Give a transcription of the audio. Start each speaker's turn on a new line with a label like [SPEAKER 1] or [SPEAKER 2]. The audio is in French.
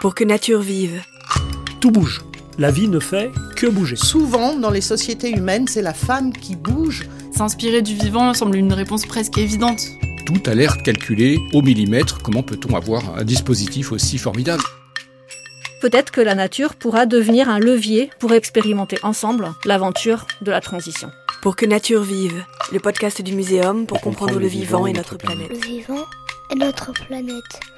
[SPEAKER 1] pour que nature vive.
[SPEAKER 2] Tout bouge. La vie ne fait que bouger.
[SPEAKER 3] Souvent, dans les sociétés humaines, c'est la femme qui bouge.
[SPEAKER 4] S'inspirer du vivant semble une réponse presque évidente.
[SPEAKER 5] Tout a l'air calculé au millimètre. Comment peut-on avoir un dispositif aussi formidable
[SPEAKER 6] Peut-être que la nature pourra devenir un levier pour expérimenter ensemble l'aventure de la transition.
[SPEAKER 1] Pour que nature vive, le podcast du muséum pour, comprendre, le vivant et notre planète.
[SPEAKER 7] Le vivant et notre planète.